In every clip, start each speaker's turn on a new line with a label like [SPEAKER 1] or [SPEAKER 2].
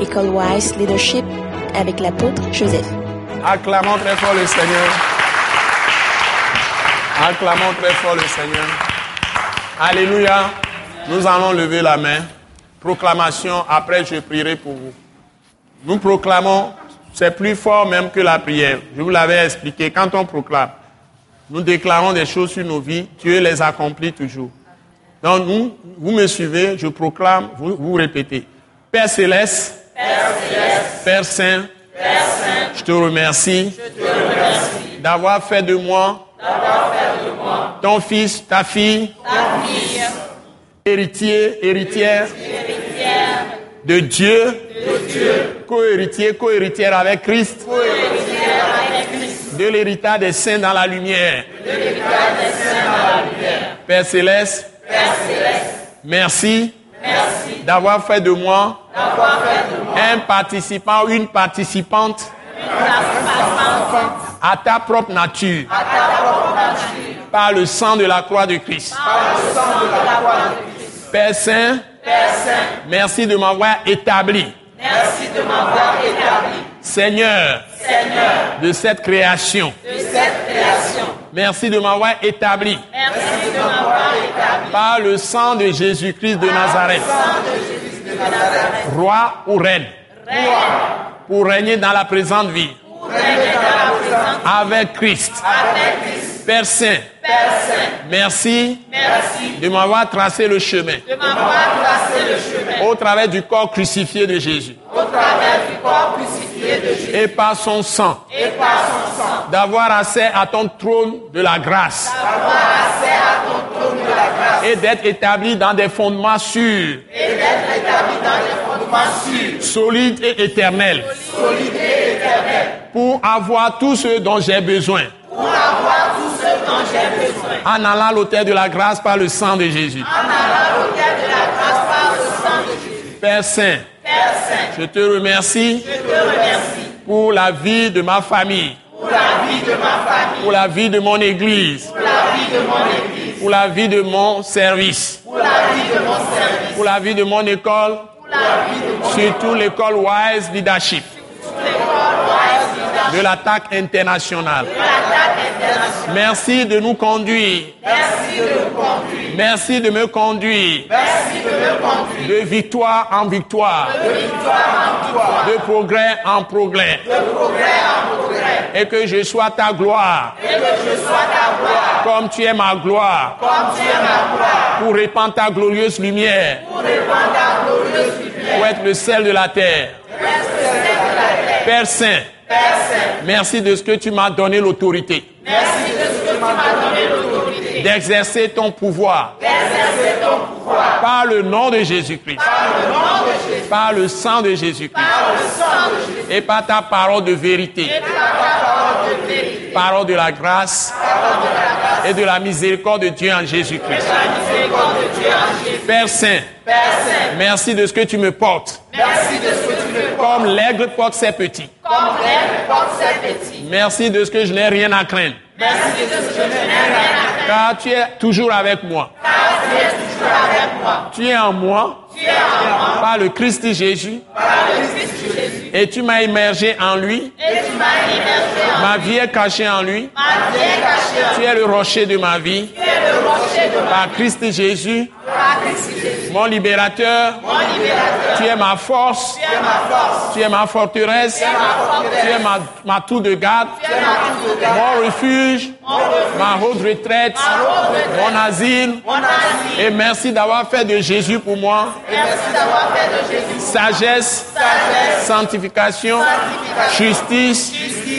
[SPEAKER 1] École Wise Leadership avec l'apôtre Joseph.
[SPEAKER 2] Acclamons très fort le Seigneur. Acclamons très fort le Seigneur. Alléluia. Nous allons lever la main. Proclamation, après je prierai pour vous. Nous proclamons, c'est plus fort même que la prière. Je vous l'avais expliqué, quand on proclame, nous déclarons des choses sur nos vies, Dieu les accomplit toujours. Donc nous, vous me suivez, je proclame, vous, vous répétez. Père céleste,
[SPEAKER 3] Père céleste,
[SPEAKER 2] Père saint,
[SPEAKER 3] Père saint,
[SPEAKER 2] je te remercie
[SPEAKER 3] je te remercie
[SPEAKER 2] d'avoir fait de moi
[SPEAKER 3] d'avoir fait de moi
[SPEAKER 2] ton fils, ta fille,
[SPEAKER 3] ta fille,
[SPEAKER 2] héritier, héritière
[SPEAKER 3] héritière
[SPEAKER 2] de Dieu,
[SPEAKER 3] de Dieu,
[SPEAKER 2] co-héritier, co-héritière avec Christ,
[SPEAKER 3] héritière avec Christ,
[SPEAKER 2] de l'héritage des saints dans la lumière.
[SPEAKER 3] de l'héritage des saints dans la lumière.
[SPEAKER 2] Père céleste,
[SPEAKER 3] Père céleste,
[SPEAKER 2] merci
[SPEAKER 3] merci
[SPEAKER 2] d'avoir fait de moi
[SPEAKER 3] d'avoir fait de moi
[SPEAKER 2] un participant, une participante
[SPEAKER 3] la souffrance
[SPEAKER 2] à ta propre nature
[SPEAKER 3] à ta propre nature
[SPEAKER 2] par le sang de la croix de Christ.
[SPEAKER 3] par le sang de la croix de Christ.
[SPEAKER 2] Père Saint,
[SPEAKER 3] Père saint,
[SPEAKER 2] merci de m'avoir établi,
[SPEAKER 3] merci de m'avoir établi,
[SPEAKER 2] Seigneur
[SPEAKER 3] Seigneur,
[SPEAKER 2] de cette création.
[SPEAKER 3] de cette création.
[SPEAKER 2] Merci de m'avoir établi
[SPEAKER 3] Merci de m'avoir établi
[SPEAKER 2] par le sang de Jésus-Christ de Nazareth,
[SPEAKER 3] sang de Jésus de Nazareth,
[SPEAKER 2] roi ou reine,
[SPEAKER 3] règne
[SPEAKER 2] pour régner dans la présente vie
[SPEAKER 3] pour régner dans la présence
[SPEAKER 2] avec Christ.
[SPEAKER 3] avec Christ.
[SPEAKER 2] Père Saint,
[SPEAKER 3] Père Saint,
[SPEAKER 2] merci
[SPEAKER 3] merci
[SPEAKER 2] de m'avoir tracé le chemin
[SPEAKER 3] de m'avoir tracé le chemin
[SPEAKER 2] au travers du corps crucifié de Jésus
[SPEAKER 3] au travers du corps crucifié de Jésus
[SPEAKER 2] et par son sang
[SPEAKER 3] et par son sang,
[SPEAKER 2] d'avoir accès à ton trône de la grâce
[SPEAKER 3] d'avoir accès à ton trône de la grâce
[SPEAKER 2] et d'être établi dans des fondements sûrs,
[SPEAKER 3] et d'être établi dans les fondements sûrs,
[SPEAKER 2] solides et éternels
[SPEAKER 3] solides et éternels
[SPEAKER 2] pour avoir tout ce dont j'ai besoin
[SPEAKER 3] pour avoir tout ce dont j'ai besoin.
[SPEAKER 2] en allant à l'autel de la grâce par le sang de Jésus.
[SPEAKER 3] En allant au cœur de la grâce par le sang de Jésus.
[SPEAKER 2] Père Saint,
[SPEAKER 3] Père Saint,
[SPEAKER 2] je te remercie
[SPEAKER 3] Je te remercie
[SPEAKER 2] pour la vie de ma famille,
[SPEAKER 3] pour la vie de ma famille,
[SPEAKER 2] pour la vie de mon église,
[SPEAKER 3] pour la vie de mon église,
[SPEAKER 2] pour la vie de mon service,
[SPEAKER 3] pour la vie de mon service,
[SPEAKER 2] pour la vie de mon école,
[SPEAKER 3] pour la vie de mon
[SPEAKER 2] surtout l'école Wise Leadership de l'attaque internationale.
[SPEAKER 3] attaque internationale.
[SPEAKER 2] Merci de nous conduire,
[SPEAKER 3] Merci de nous conduire,
[SPEAKER 2] merci de me conduire
[SPEAKER 3] merci de me conduire
[SPEAKER 2] de victoire en victoire,
[SPEAKER 3] de victoire en victoire,
[SPEAKER 2] de progrès en progrès,
[SPEAKER 3] de progrès en progrès,
[SPEAKER 2] et que je sois ta gloire,
[SPEAKER 3] et que je sois ta gloire,
[SPEAKER 2] comme tu es ma gloire,
[SPEAKER 3] comme tu es ma gloire,
[SPEAKER 2] pour répandre ta glorieuse lumière,
[SPEAKER 3] pour répandre ta glorieuse lumière,
[SPEAKER 2] pour être le sel de la terre.
[SPEAKER 3] reste le ciel de la terre.
[SPEAKER 2] Père Saint,
[SPEAKER 3] Père Saint,
[SPEAKER 2] merci de ce que tu m'as donné l'autorité
[SPEAKER 3] merci de ce que tu m'as donné l'autorité
[SPEAKER 2] d'exercer ton pouvoir
[SPEAKER 3] d'exercer ton pouvoir
[SPEAKER 2] par le nom de Jésus-Christ,
[SPEAKER 3] par le nom de Jésus.
[SPEAKER 2] par le sang de Jésus-Christ
[SPEAKER 3] par le sang de Jésus
[SPEAKER 2] et par ta parole de vérité,
[SPEAKER 3] et par la parole de vérité,
[SPEAKER 2] parole de la grâce
[SPEAKER 3] parole de la grâce,
[SPEAKER 2] et de la miséricorde de Dieu en Jésus-Christ.
[SPEAKER 3] la miséricorde de Dieu en Jésus.
[SPEAKER 2] Père Saint,
[SPEAKER 3] Père Saint,
[SPEAKER 2] merci de ce que tu me portes,
[SPEAKER 3] merci de ce que tu me portes,
[SPEAKER 2] comme l'aigle porte ses petits.
[SPEAKER 3] comme l'air porte ses petits.
[SPEAKER 2] Merci de ce que je n'ai rien à craindre,
[SPEAKER 3] Merci de ce que je n'ai rien à faire,
[SPEAKER 2] car tu es toujours avec moi.
[SPEAKER 3] car tu es toujours avec moi.
[SPEAKER 2] Tu es en moi
[SPEAKER 3] Tu es en moi,
[SPEAKER 2] par le Christ Jésus
[SPEAKER 3] par le Christ Jésus,
[SPEAKER 2] et tu m'as immergé en lui,
[SPEAKER 3] et tu m'as émergé en
[SPEAKER 2] ma vie est cachée en lui.
[SPEAKER 3] ma vie est cachée en
[SPEAKER 2] Tu es le rocher de ma vie.
[SPEAKER 3] Tu es le rocher de ma
[SPEAKER 2] Par Christ Jésus,
[SPEAKER 3] par Christ Jésus,
[SPEAKER 2] mon libérateur,
[SPEAKER 3] mon libérateur.
[SPEAKER 2] tu es ma force,
[SPEAKER 3] Tu es ma force,
[SPEAKER 2] tu es ma forteresse,
[SPEAKER 3] tu es ma
[SPEAKER 2] tu
[SPEAKER 3] forteresse,
[SPEAKER 2] es ma, ma tour de garde,
[SPEAKER 3] tu es ma tour de garde,
[SPEAKER 2] mon refuge,
[SPEAKER 3] mon refuge.
[SPEAKER 2] ma haute retraite, mon asile.
[SPEAKER 3] Mon asile,
[SPEAKER 2] Et merci d'avoir fait de Jésus pour moi
[SPEAKER 3] merci d'avoir fait de Jésus
[SPEAKER 2] sagesse,
[SPEAKER 3] sagesse,
[SPEAKER 2] sanctification, justice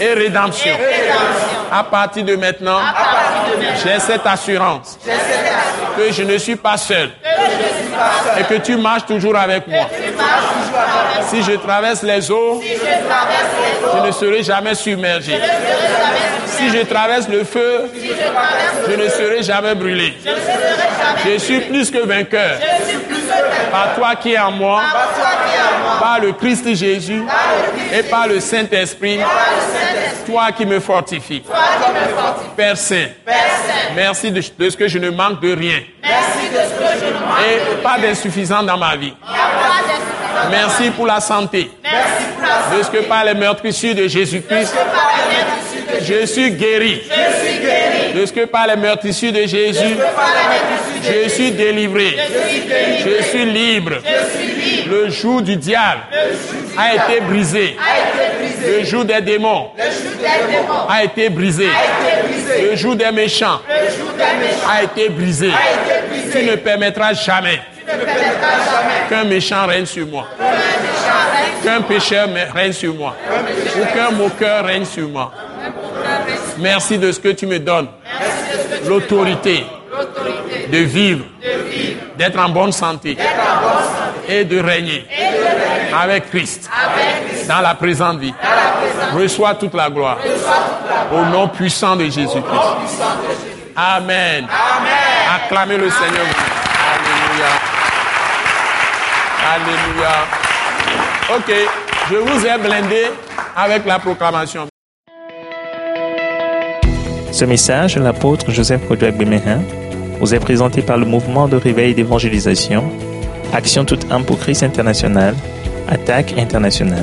[SPEAKER 2] et rédemption.
[SPEAKER 3] rédemption.
[SPEAKER 2] À partir de maintenant,
[SPEAKER 3] À partir de maintenant,
[SPEAKER 2] j'ai cette assurance
[SPEAKER 3] j'ai cette assurance
[SPEAKER 2] que je ne suis pas seul
[SPEAKER 3] que je suis pas seul.
[SPEAKER 2] et que tu marches toujours avec moi.
[SPEAKER 3] Tu marches toujours avec moi.
[SPEAKER 2] Si je traverse les eaux,
[SPEAKER 3] Si je traverse les eaux,
[SPEAKER 2] je ne serai jamais submergé.
[SPEAKER 3] je serai jamais
[SPEAKER 2] Si je traverse le feu,
[SPEAKER 3] Si je traverse
[SPEAKER 2] je ne serai jamais brûlé.
[SPEAKER 3] je ne serai jamais
[SPEAKER 2] Je suis plus que vainqueur
[SPEAKER 3] Je suis plus que vainqueur
[SPEAKER 2] par toi qui es en moi,
[SPEAKER 3] par toi qui es en moi,
[SPEAKER 2] par le Christ Jésus
[SPEAKER 3] par le Christ,
[SPEAKER 2] et par le Saint-Esprit,
[SPEAKER 3] par le Saint-Esprit,
[SPEAKER 2] toi qui me fortifies.
[SPEAKER 3] toi qui me fortifie.
[SPEAKER 2] Père Saint,
[SPEAKER 3] Père Saint,
[SPEAKER 2] merci de, de ce que je ne manque de rien
[SPEAKER 3] merci de ce que je ne manque.
[SPEAKER 2] et pas d'insuffisant dans ma vie.
[SPEAKER 3] Il n'y a pas d'insuffisance
[SPEAKER 2] Merci pour la santé.
[SPEAKER 3] Merci pour la santé.
[SPEAKER 2] Parce que par les meurtrissures de Jésus-Christ,
[SPEAKER 3] Par la vertu de Jésus,
[SPEAKER 2] je suis guéri.
[SPEAKER 3] Je suis guéri.
[SPEAKER 2] Parce que par les meurtrissures de Jésus,
[SPEAKER 3] Par la vertu de Jésus,
[SPEAKER 2] je suis délivré.
[SPEAKER 3] Je suis guéri.
[SPEAKER 2] Je suis libre.
[SPEAKER 3] Je suis libre.
[SPEAKER 2] Le joug du diable a été brisé.
[SPEAKER 3] A été brisé.
[SPEAKER 2] Le joug des démons
[SPEAKER 3] Le jour des démons
[SPEAKER 2] a été brisé.
[SPEAKER 3] a été brisé.
[SPEAKER 2] Le joug des méchants
[SPEAKER 3] Le jour des méchants
[SPEAKER 2] a été
[SPEAKER 3] a
[SPEAKER 2] brisé.
[SPEAKER 3] été
[SPEAKER 2] Tu ne
[SPEAKER 3] brisé.
[SPEAKER 2] permettras jamais
[SPEAKER 3] Tu ne permettras jamais
[SPEAKER 2] qu'un méchant règne sur moi,
[SPEAKER 3] que le méchant règne.
[SPEAKER 2] qu'un pécheur me- règne sur moi, ou qu'un moqueur règne sur moi. Merci de ce que tu me donnes, l'autorité de vivre, d'être en bonne santé et de régner avec Christ dans la présente vie. Reçois toute la gloire au nom puissant de Jésus-Christ. Amen. Acclamez le Seigneur. Alléluia. Alléluia. Ok, je vous ai blindé avec la proclamation.
[SPEAKER 4] Ce message de l'apôtre Joseph Kodouak Bemehin vous est présenté par le mouvement de réveil et d'évangélisation, Action toute âme pour Christ international, Attaque internationale.